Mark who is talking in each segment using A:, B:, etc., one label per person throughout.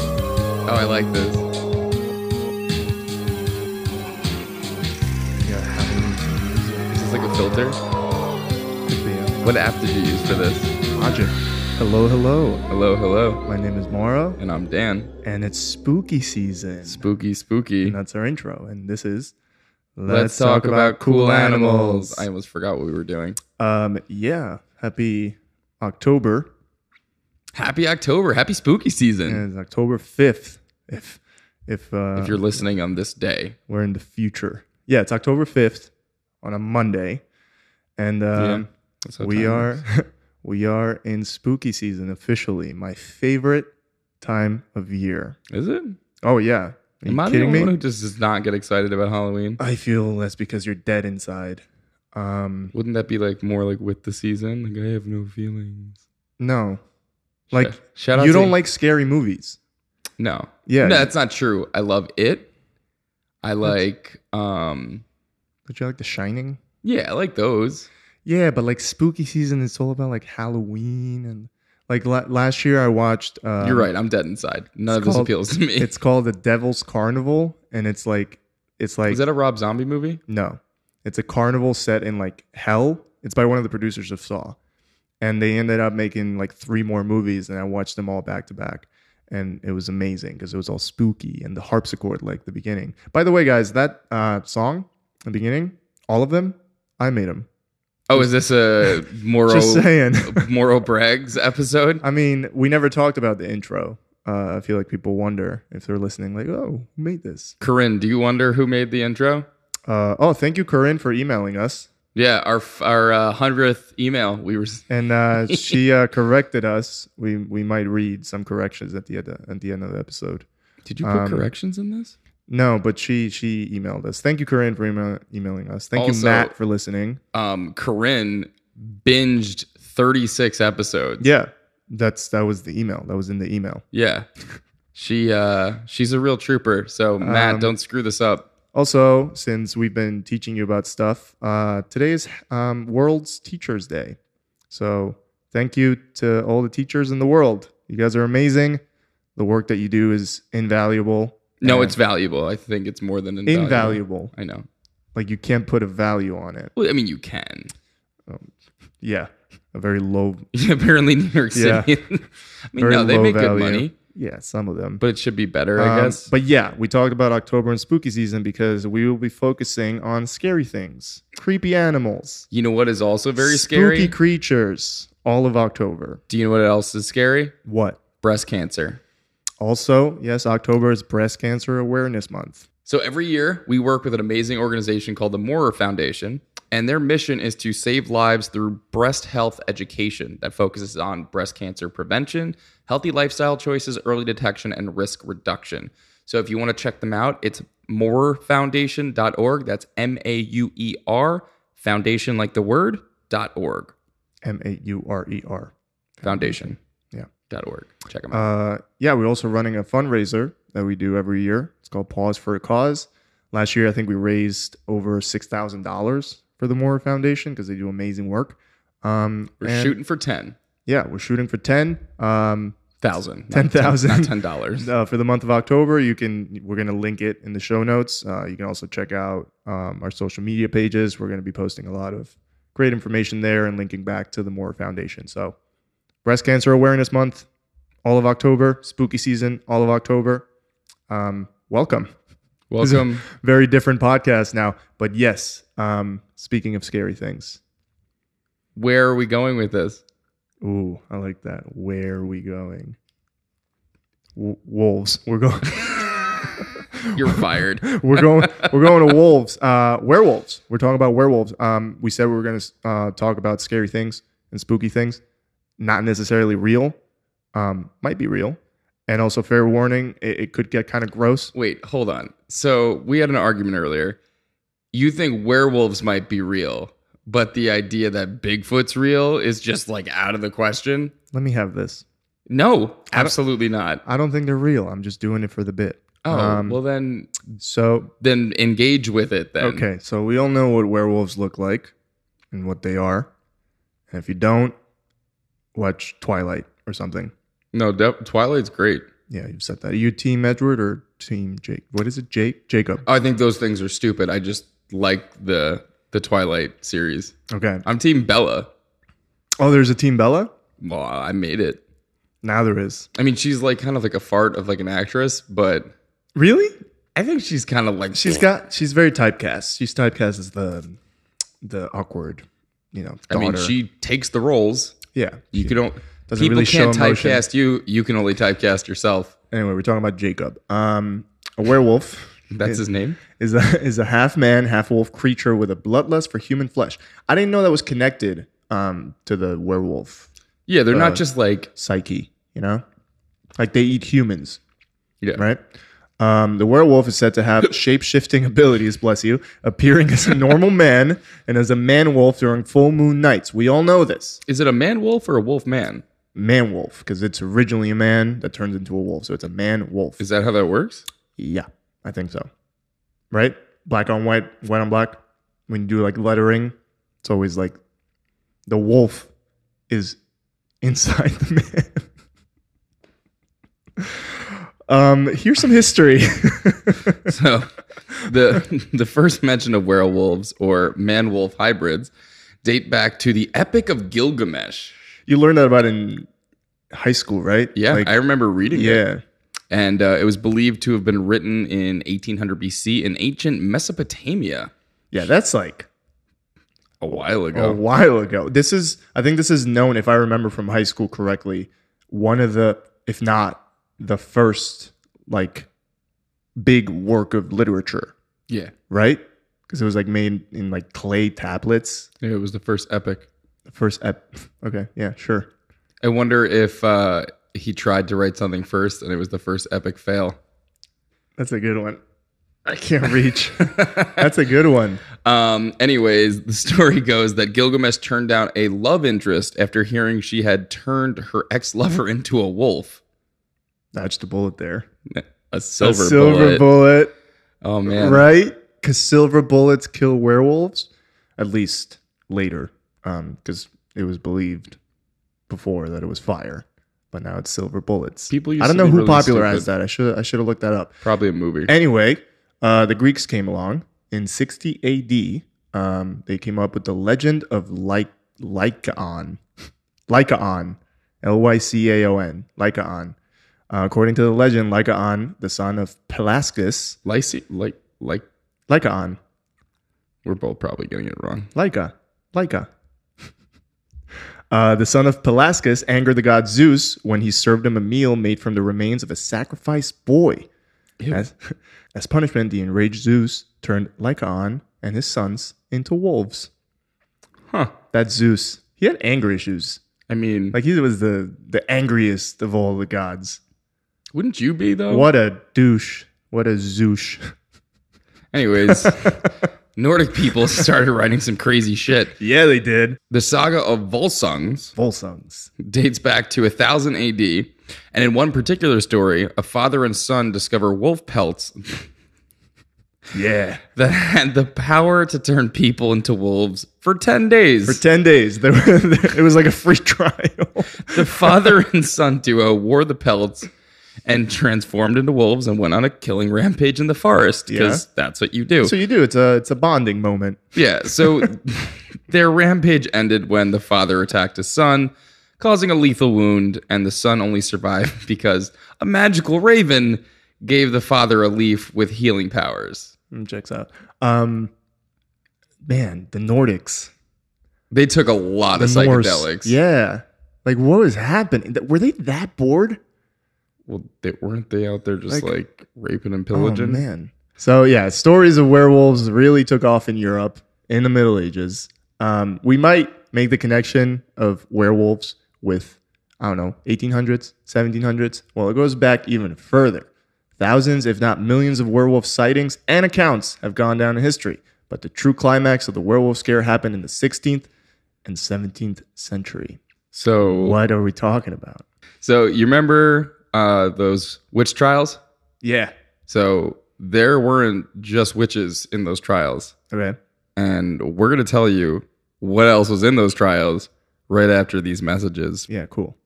A: Oh, I like this. Is this like a filter? What app did you use for this?
B: Logic. Hello, hello.
A: Hello, hello.
B: My name is Mauro,
A: And I'm Dan.
B: and it's spooky season.
A: Spooky, spooky.
B: And that's our intro, and this is
A: Let's talk about cool animals. I almost forgot what we were doing.
B: um, yeah. Happy October.
A: Happy October. Happy spooky season.
B: And it's October fifth. If if uh,
A: If you're listening on this day,
B: we're in the future, yeah, it's October fifth on a Monday, and um,
A: Yeah, that's how
B: we
A: time
B: are
A: works.
B: we are in spooky season officially my favorite time of year
A: Is it?
B: oh yeah are
A: Am
B: you
A: I the
B: kidding
A: only one who
B: me
A: just does not get excited about Halloween?
B: i feel that's because you're dead inside um
A: Wouldn't that be like more like with the season? Like I have no feelings.
B: no like
A: Sh- shout out
B: you
A: to-
B: don't like scary movies
A: No.
B: Yeah.
A: No, that's not true. I love it. I like um
B: but you like the shining
A: yeah, I like those.
B: yeah but like spooky season it's all about like halloween and like la- last year i watched uh
A: You're right. I'm dead inside. None of this
B: called-
A: appeals to me.
B: it's called the devil's carnival and it's like it's like
A: Is that a Rob Zombie movie?
B: No, it's a carnival set in like hell. It's by one of the producers of Saw, and they ended up making like three more movies, and I watched them all back to back, and it was amazing because it was all spooky and the harpsichord like the beginning. By the way, guys, that uh, song, the beginning, all of them, I made them.
A: Oh, is this a Moro
B: Just saying.
A: Moro Braggs episode?
B: I mean, we never talked about the intro. Uh, I feel like people wonder if they're listening, like, oh, who made this?
A: Corinne, do you wonder who made the intro?
B: Uh, oh, thank you, Corinne, for emailing us.
A: Yeah, our our uh, hundredth email. We were
B: and uh, she uh, corrected us. We we might read some corrections at the end of, at the end of the episode.
A: Did you put
B: Um,
A: corrections in this?
B: No, but she she emailed us. Thank you, Corinne, for email, emailing us. Thank you,
A: Also-
B: Matt, for listening.
A: Um, Corinne binged 36 episodes.
B: Yeah, that's that was the email. That was in the email.
A: Yeah. She uh she's a real trooper. So Matt,
B: Um,
A: don't screw this up.
B: Also, since we've been teaching you about stuff, uh, today is um, World's Teachers Day. So thank you to all the teachers in the world. You guys are amazing. The work that you do is invaluable.
A: No,
B: and
A: it's valuable. I think it's more than invaluable.
B: eh. invaluable.
A: I know.
B: Like you can't put a value on it.
A: Well, I mean, you can.
B: Yeah, a very low.
A: Apparently, New York City.
B: Yeah.
A: I mean,
B: Very
A: no, they
B: low
A: make
B: value.
A: good money,
B: Yeah, some of them.
A: but it should be better, I
B: Um,
A: guess.
B: But yeah, we talked about October and spooky season because we will be focusing on scary things, creepy animals,
A: you know what is also very scary?
B: spooky creatures. All of October.
A: Do you know what else is scary?
B: What?
A: Breast cancer.
B: Also, yes, October is Breast Cancer Awareness Month.
A: So every year, we work with an amazing organization called the Moorer Foundation, and their mission is to save lives through breast health education that focuses on breast cancer prevention, healthy lifestyle choices, early detection, and risk reduction. So if you want to check them out, it's moorerfoundation.org. That's M A U E R, foundation like the word, dot org.
B: M A U R E R.
A: Foundation.
B: Yeah.
A: Dot org. Check them out.
B: Uh, yeah, we're also running a fundraiser that we do every year. It's called Pause for a Cause. Last year, I think we raised over six thousand dollars for the Moore Foundation because they do amazing work. Um,
A: We're
B: and-
A: shooting for 10,000.
B: Yeah, we're shooting for ten. Um,
A: not
B: 10,000.
A: Not $10.
B: uh, for the month of October, you can. We're gonna link it in the show notes. Uh, you can also check out um, our social media pages. We're gonna be posting a lot of great information there and linking back to the Moore Foundation. So, Breast Cancer Awareness Month, all of October, spooky season, all of October. Um, welcome.
A: Welcome.
B: Very different podcast now, but yes. Um, speaking of scary things,
A: Where are we going with this?
B: Ooh, I like that. Where are we going? W- wolves. We're going.
A: You're fired.
B: we're going. We're going to wolves. Uh, werewolves. We're talking about werewolves. Um, we said we were going to uh, talk about scary things and spooky things, not necessarily real. Um, might be real, and also fair warning. It, it could get kind of gross.
A: Wait, hold on. So we had an argument earlier. You think werewolves might be real, but the idea that Bigfoot's real is just like out of the question?
B: Let me have this.
A: No, absolutely not.
B: I don't think they're real. I'm just doing it for the bit.
A: Oh,
B: Um,
A: well then
B: So
A: then engage with it then.
B: Okay, so we all know what werewolves look like and what they are. And if you don't, watch Twilight or something.
A: No, De- Twilight's great.
B: Yeah, you've said that. Are you team Edward or team Jake? What is it? Jake? Jacob.
A: I think those things are stupid. I just like the the Twilight series.
B: Okay.
A: I'm team Bella.
B: Oh, there's a team Bella?
A: Well, I made it.
B: Now there is.
A: I mean, she's like kind of like a fart of like an actress, but
B: Really?
A: I think she's kind of like
B: She's got she's very typecast. She's typecast as the the awkward, you know,
A: I
B: daughter.
A: mean, she takes the roles.
B: yeah.
A: You
B: she-
A: can don't.
B: doesn't
A: People
B: really show
A: can't
B: emotion.
A: typecast you. You can only typecast yourself.
B: anyway, we're talking about Jacob. Um a werewolf.
A: That's his name.
B: is a, is a half man, half wolf creature with a bloodlust for human flesh. I didn't know that was connected um, to the werewolf
A: Yeah, they're not just like
B: psyche, you know? Like they eat humans,
A: yeah.
B: right? Um, the werewolf is said to have shape shifting abilities, bless you, appearing as a normal man and as a man wolf during full moon nights. We all know this.
A: Is it a man wolf or a wolf man?
B: Man wolf, because it's originally a man that turns into a wolf. So it's a man wolf.
A: Is that how that works?
B: Yeah, I think so. Right? Black on white, white on black. When you do like lettering, it's always like the wolf is inside the man. um, here's some history.
A: So, the the first mention of werewolves or man wolf hybrids date back to the Epic of Gilgamesh.
B: you learned that about in high school, right?
A: Yeah,
B: Like,
A: I remember reading it.
B: yeah.
A: and uh, it was believed to have been written in 1800 BC in ancient Mesopotamia
B: Yeah, that's like
A: a while
B: a
A: ago.
B: while ago. This is, I think this is known, if I remember from high school correctly, one of the, if not the first, like, big work of literature,
A: Yeah,
B: right? Because it was like made in like clay tablets.
A: it was the first epic.
B: The first ep. Okay, yeah, sure.
A: I wonder if uh, he tried to write something first and it was the first epic fail.
B: That's a good one. I can't reach. That's a good one.
A: Um, anyways, the story goes that Gilgamesh turned down a love interest after hearing she had turned her ex lover into a wolf.
B: Dodged the bullet there.
A: A silver,
B: a
A: bullet.
B: silver bullet,
A: oh, man.
B: right? Because silver bullets kill werewolves, at least later, because it was believed before that it was fire, but now it's silver bullets.
A: People used
B: I don't
A: to
B: know
A: be
B: who
A: really
B: popularized
A: stupid.
B: that. I should I should have looked that up.
A: Probably a movie.
B: Anyway, uh, the Greeks came along in 60 A.D. Um, they came up with the legend of Ly- Lycaon, Lycaon, L-Y-C-A-O-N, Lycaon. Uh, according to the legend, Lycaon, the son of Pelasgus,
A: Lysi- like, like,
B: Lycaon,
A: we're both probably getting it wrong.
B: Lyca, Lyca. Uh, the son of Pelasgus angered the god Zeus when he served him a meal made from the remains of a sacrificed boy.
A: Ew.
B: As, as punishment, the enraged Zeus turned Lycaon and his sons into wolves.
A: Huh.
B: That's Zeus. He had anger issues.
A: I mean,
B: Like he was the the angriest of all the gods.
A: wouldn't you be, though?
B: What a douche. What a Zeus.
A: Anyways, Nordic people started writing some crazy shit.
B: yeah, they did.
A: The saga of Volsungs
B: Volsungs.
A: dates back to 1000 AD, and in one particular story, a father and son discover wolf pelts
B: Yeah.
A: that had the power to turn people into wolves for 10 days.
B: For 10 days. There, it was like a free trial.
A: the father and son duo wore the pelts and transformed into wolves and went on a killing rampage in the forest because that's what you do.
B: so you do. It's a it's a bonding moment.
A: Yeah, so their rampage ended when the father attacked his son, causing a lethal wound, and the son only survived because a magical raven gave the father a leaf with healing powers.
B: Mm, Checks out. Um man, the Nordics.
A: They took a lot of
B: the Norse.
A: psychedelics.
B: Yeah. Like what was happening? Th- Were they that bored?
A: Well, they, weren't they out there just
B: Like-
A: like, raping and
B: Oh
A: pillaging?
B: man. So yeah, stories of werewolves really took off in Europe in the Middle Ages. Um, we might make the connection of werewolves with I don't know, 1800s, 1700s. Well, it goes back even further. Thousands, if not millions, of werewolf sightings and accounts have gone down in history. But the true climax of the werewolf scare happened in the 16th and 17th century.
A: so,
B: What are we talking about?
A: so you remember uh, those witch trials?
B: Yeah.
A: So there weren't just witches in those trials.
B: Okay.
A: and we're going to tell you what else was in those trials right after these messages
B: Yeah, cool.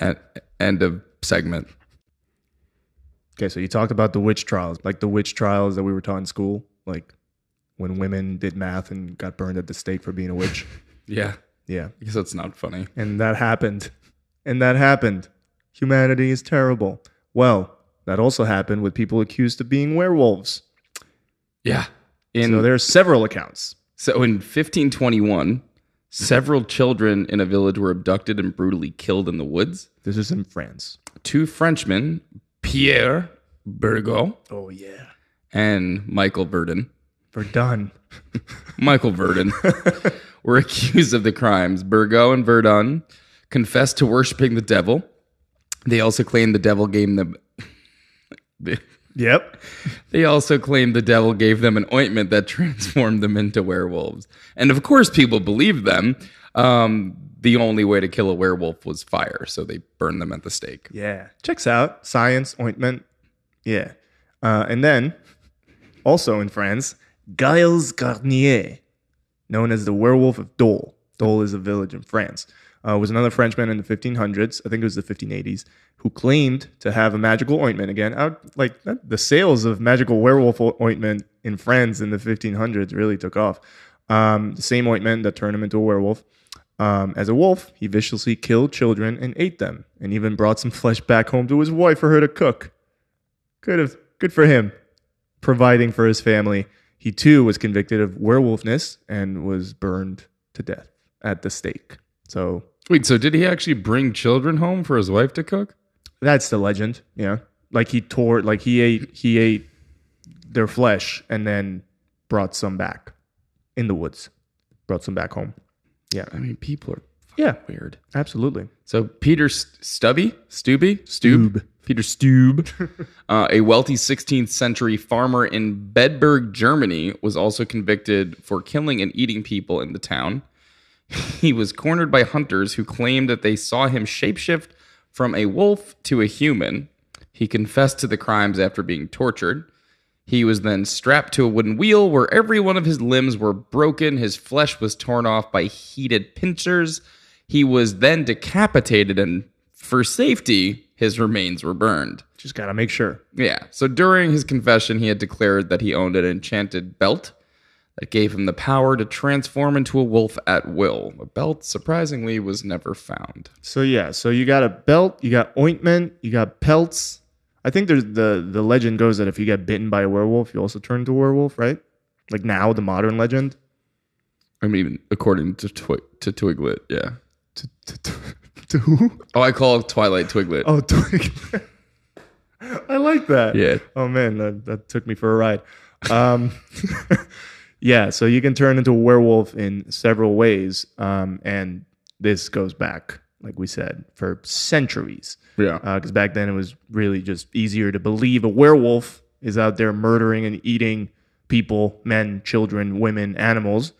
A: at end of segment
B: Okay, so you talked about the witch trials, like the witch trials that we were taught in school, like when women did math and got burned at the stake for being a witch.
A: Yeah.
B: yeah.
A: Because that's not funny.
B: And that happened. And that happened. Humanity is terrible. Well, that also happened with people accused of being werewolves.
A: Yeah. In
B: so
A: so,
B: there are several accounts.
A: in 1521, several children in a village were abducted and brutally killed in the woods.
B: This is in France.
A: Two Frenchmen, Pierre Burgot
B: Oh yeah.
A: and Michael Verdon,
B: We're done.
A: Michael Verdon were accused of the crimes. Burgo and Verdun confessed to worshiping the devil. They also claimed the devil gave them.
B: Yep.
A: They also claimed the devil gave them an ointment that transformed them into werewolves. And of course, people believed them. Um, the only way to kill a werewolf was fire, so they burned them at the stake.
B: Yeah. Checks out. Science, ointment. Yeah. Uh, and then, also in France, Giles Garnier, known as the werewolf of Dole. Dole is a village in France. Uh, was another Frenchman in the 1500s, I think it was the 1580s, who claimed to have a magical ointment. Again, out like that, the sales of magical werewolf o- ointment in France in the 1500s really took off. Um, the same ointment that turned him into a werewolf. Um, as a wolf, he viciously killed children and ate them, and even brought some flesh back home to his wife for her to cook. Good of good for him, providing for his family. He too was convicted of werewolfness and was burned to death at the stake. So
A: Wait, so did he actually bring children home for his wife to cook?
B: that's the legend. Yeah, like he tore, like he ate, he ate their flesh and then brought some back in the woods, brought some back home.
A: I mean, people are
B: Yeah,
A: weird.
B: absolutely.
A: So Peter St- Stubby, Stubby, Stube,
B: Stube.
A: Peter Stube, uh, a wealthy 16th century farmer in Bedburg, Germany, was also convicted for killing and eating people in the town. He was cornered by hunters who claimed that they saw him shapeshift from a wolf to a human. He confessed to the crimes after being tortured. He was then strapped to a wooden wheel where every one of his limbs were broken. His flesh was torn off by heated pincers. He was then decapitated, and for safety, his remains were burned.
B: Just gotta make sure.
A: Yeah. So during his confession, he had declared that he owned an enchanted belt that gave him the power to transform into a wolf at will. The belt, surprisingly, was never found.
B: So yeah, so you got a belt, you got ointment, you got pelts. I think there's the the legend goes that if you get bitten by a werewolf, you also turn into a werewolf, right? Like now the modern legend.
A: I mean, according to Twi- to Twiglet, yeah.
B: To, to, to, to who?
A: Oh, I call Twilight Twiglet.
B: Oh, twig. I like that.
A: Yeah.
B: Oh man, that, that took me for a ride. Um, yeah, so you can turn into a werewolf in several ways, um, and this goes back, like we said, for centuries.
A: Yeah.
B: because Uh, back then it was really just easier to believe a werewolf is out there murdering and eating people, men, children, women, animals,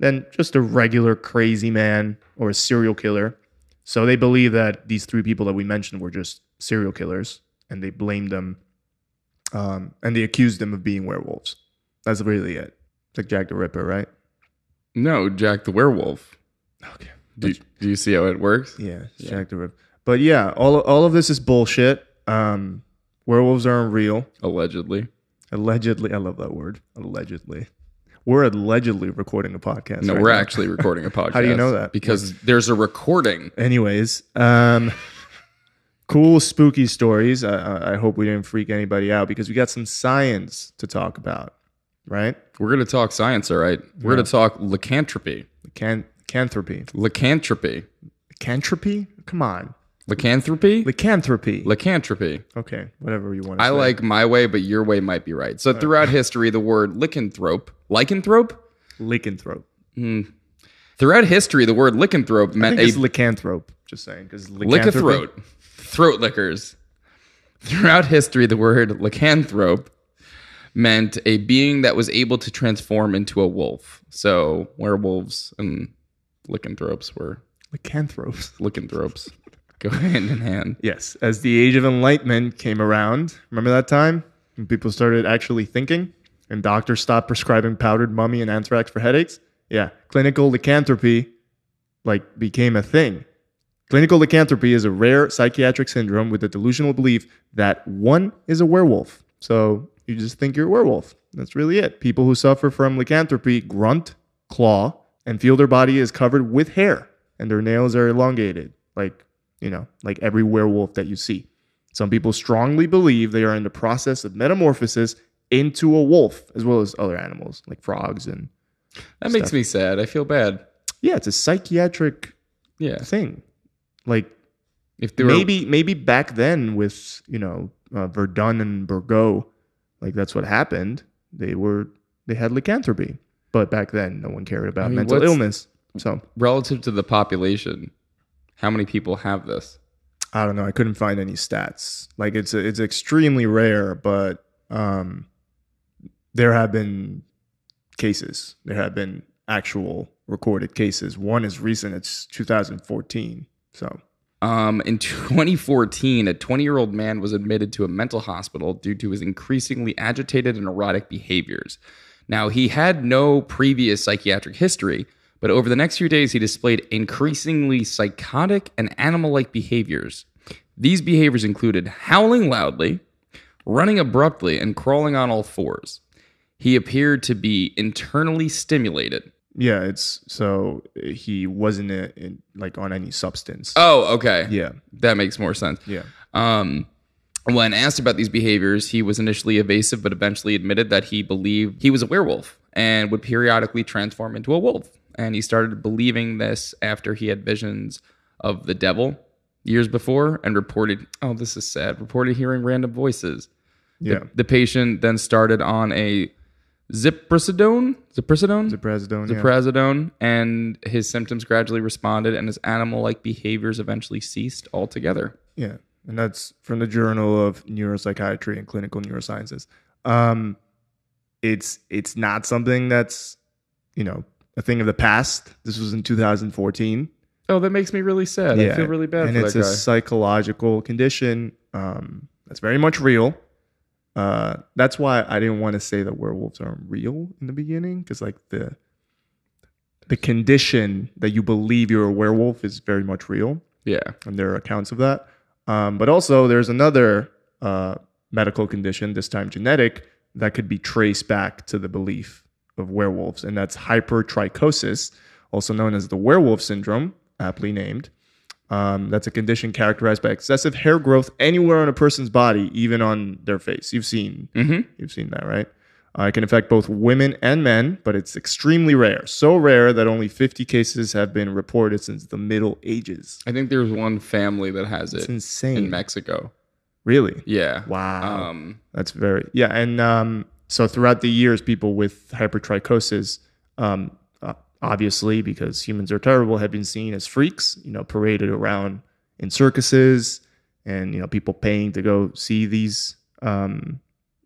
B: than just a regular crazy man or a serial killer. So they believe that these three people that we mentioned were just serial killers, and they blamed them, um, and they accused them of being werewolves. That's really it. It's like Jack the Ripper, right?
A: No, Jack the Werewolf.
B: Okay.
A: Do, do you see how it works?
B: Yeah, it's Jack the Ripper. But yeah, all all of this is bullshit. Um, werewolves aren't real.
A: Allegedly.
B: Allegedly, I love that word. Allegedly, we're allegedly recording a podcast.
A: No,
B: right
A: we're
B: now.
A: actually recording a podcast.
B: How do you know that?
A: Because there's a recording.
B: Anyways, um, cool spooky stories. I, I- I hope we didn't freak anybody out because we got some science to talk about, right?
A: We're going to talk science, all right? We're going to talk lycanthropy.
B: Can canthropy,
A: Lycanthropy.
B: cantropy. Come on,
A: Lycanthropy?
B: lycanthropy.
A: lycanthropy.
B: okay, whatever you want. to
A: I
B: say.
A: like my way, but your way might be right. So throughout history, the word lycanthrope, lycanthrope?
B: lycanthrope.
A: Throughout history, the word lycanthrope
B: I
A: meant
B: think
A: a
B: it's lycanthrope. Just saying, because
A: lick a throat, throat lickers. Throughout history, the word lycanthrope meant a being that was able to transform into a wolf. So werewolves and lycanthropes were
B: Lycanthropes.
A: lycanthropes. Go hand in hand.
B: Yes, as the Age of Enlightenment came around, remember that time when people started actually thinking and doctors stopped prescribing powdered mummy and anthrax for headaches? Yeah, clinical lycanthropy like became a thing. Clinical lycanthropy is a rare psychiatric syndrome with the delusional belief that one is a werewolf. So you just think you're a werewolf. That's really it. People who suffer from lycanthropy grunt, claw, and feel their body is covered with hair and their nails are elongated, like, you know, like every werewolf that you see. Some people strongly believe they are in the process of metamorphosis into a wolf, as well as other animals like frogs. And
A: That makes me sad. I feel bad.
B: yeah, it's a psychiatric
A: Yeah.
B: thing. Like,
A: If there were
B: maybe maybe back then with you know uh, Verdun and Burgot, like that's what happened. They were they had lycanthropy, but back then no one cared about
A: mean,
B: mental
A: what's-
B: illness. So
A: relative to the population, how many people have this?
B: I don't know. I couldn't find any stats. Like it's it's extremely rare, but um, there have been cases. There have been actual recorded cases. One is recent. It's 2014. So
A: Um, in 2014, a 20 year old man was admitted to a mental hospital due to his increasingly agitated and erotic behaviors. Now, he had no previous psychiatric history, but over the next few days, he displayed increasingly psychotic and animal like behaviors. These behaviors included howling loudly, running abruptly, and crawling on all fours. He appeared to be internally stimulated.
B: Yeah, it's so he wasn't uh in, like on any substance.
A: Oh, okay.
B: yeah,
A: That makes more sense.
B: yeah.
A: Um, when asked about these behaviors, he was initially evasive, but eventually admitted that he believed he was a werewolf and would periodically transform into a wolf. And he started believing this after he had visions of the devil years before and reported, oh, this is sad, reported hearing random voices.
B: Yeah.
A: The patient then started on a ziprasidone, ziprasidone,
B: The president.
A: the prazidone, and his symptoms gradually responded, and his animal-like behaviors eventually ceased altogether.
B: yeah. yeah. And that's from the Journal of Neuropsychiatry and Clinical Neurosciences. Um it's it's not something that's, you know, a thing of the past. This was in 2014.
A: Oh, that makes me really sad. I feel really bad
B: and
A: for
B: it's
A: that guy.
B: a psychological condition um, that's very much real. Uh, that's why I didn't want to say that werewolves aren't real in the beginning, because like the the condition that you believe you're a werewolf is very much real,
A: yeah.
B: and there are accounts of that. Um, but also, there's another uh, medical condition, this time genetic, that could be traced back to the belief of werewolves, and that's hypertrichosis, also known as the werewolf syndrome, aptly named. Um, that's a condition characterized by excessive hair growth anywhere on a person's body, even on their face. You've seen,
A: Mhm.
B: you've seen that, right? Uh, it can affect both women and men, but it's extremely rare. So rare that only 50 cases have been reported since the Middle Ages.
A: I think there's one family that has
B: It's
A: it
B: insane.
A: in Mexico.
B: really?
A: Yeah.
B: Wow.
A: Um,
B: That's very yeah, and um, so throughout the years, people with hypertrichosis, um, uh, obviously because humans are terrible, have been seen as freaks. You know, paraded around in circuses, and you know, people paying to go see these um,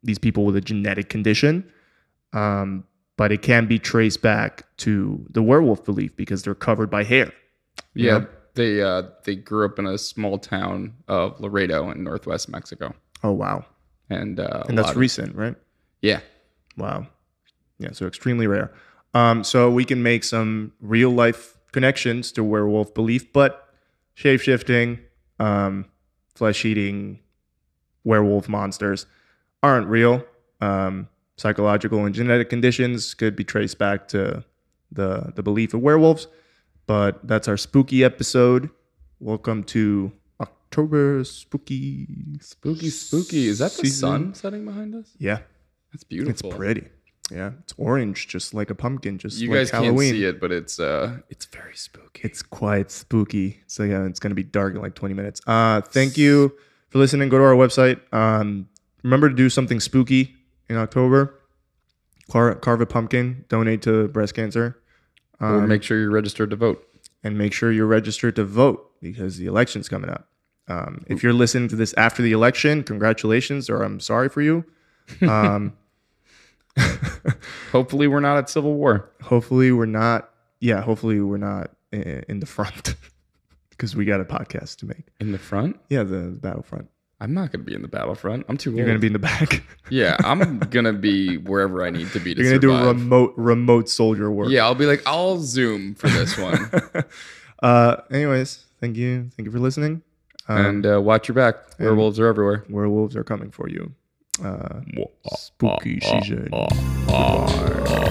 B: these people with a genetic condition. Um, but it can be traced back to the werewolf belief because they're covered by hair.
A: yeah.
B: Yeah.
A: They uh, they grew up in a small town of Laredo in northwest Mexico,
B: Oh wow,
A: and uh, a
B: and that's
A: lot of-
B: recent, right?
A: yeah.
B: Wow. Yeah, so extremely rare. Um, so we can make some real life connections to werewolf belief, but shape shifting, um, flesh eating werewolf monsters aren't real. Um, psychological and genetic conditions could be traced back to the the belief of werewolves. But that's our spooky episode. Welcome to October spooky
A: Spooky, spooky. Is that the
B: season.
A: sun setting behind us?
B: Yeah.
A: That's beautiful.
B: It's pretty. Yeah, it's orange, just like a pumpkin, just
A: You
B: like
A: guys
B: Halloween.
A: can't see it, but it's uh, it's very spooky.
B: It's quite spooky. So yeah, it's gonna be dark in like 20 minutes. Uh, thank you for listening. Go to our website. Um, remember to do something spooky in October. Car- carve a pumpkin. Donate to breast cancer,
A: Or
B: Um,
A: make sure you're registered to vote.
B: and make sure you're registered to vote because the election's coming up. Um, if you're listening to this after the election, congratulations, or I'm sorry for you. Um,
A: Hopefully, we're not at civil war.
B: hopefully we're not yeah hopefully we're not i- in the front because we got a podcast to make
A: In the front,
B: yeah the battlefront
A: I'm not going to be in the battlefront. I'm too old.
B: you're gonna be in the back
A: yeah, I'm going to be wherever I need to be to
B: you're gonna
A: survive.
B: do remote remote soldier work
A: Yeah, I'll be like, I'll zoom for this one.
B: uh anyways Thank you. Thank you for listening. Um,
A: and uh, watch your back.
B: and-
A: Werewolves are everywhere.
B: werewolves are coming for you. Uh, spooky season. Goodbye.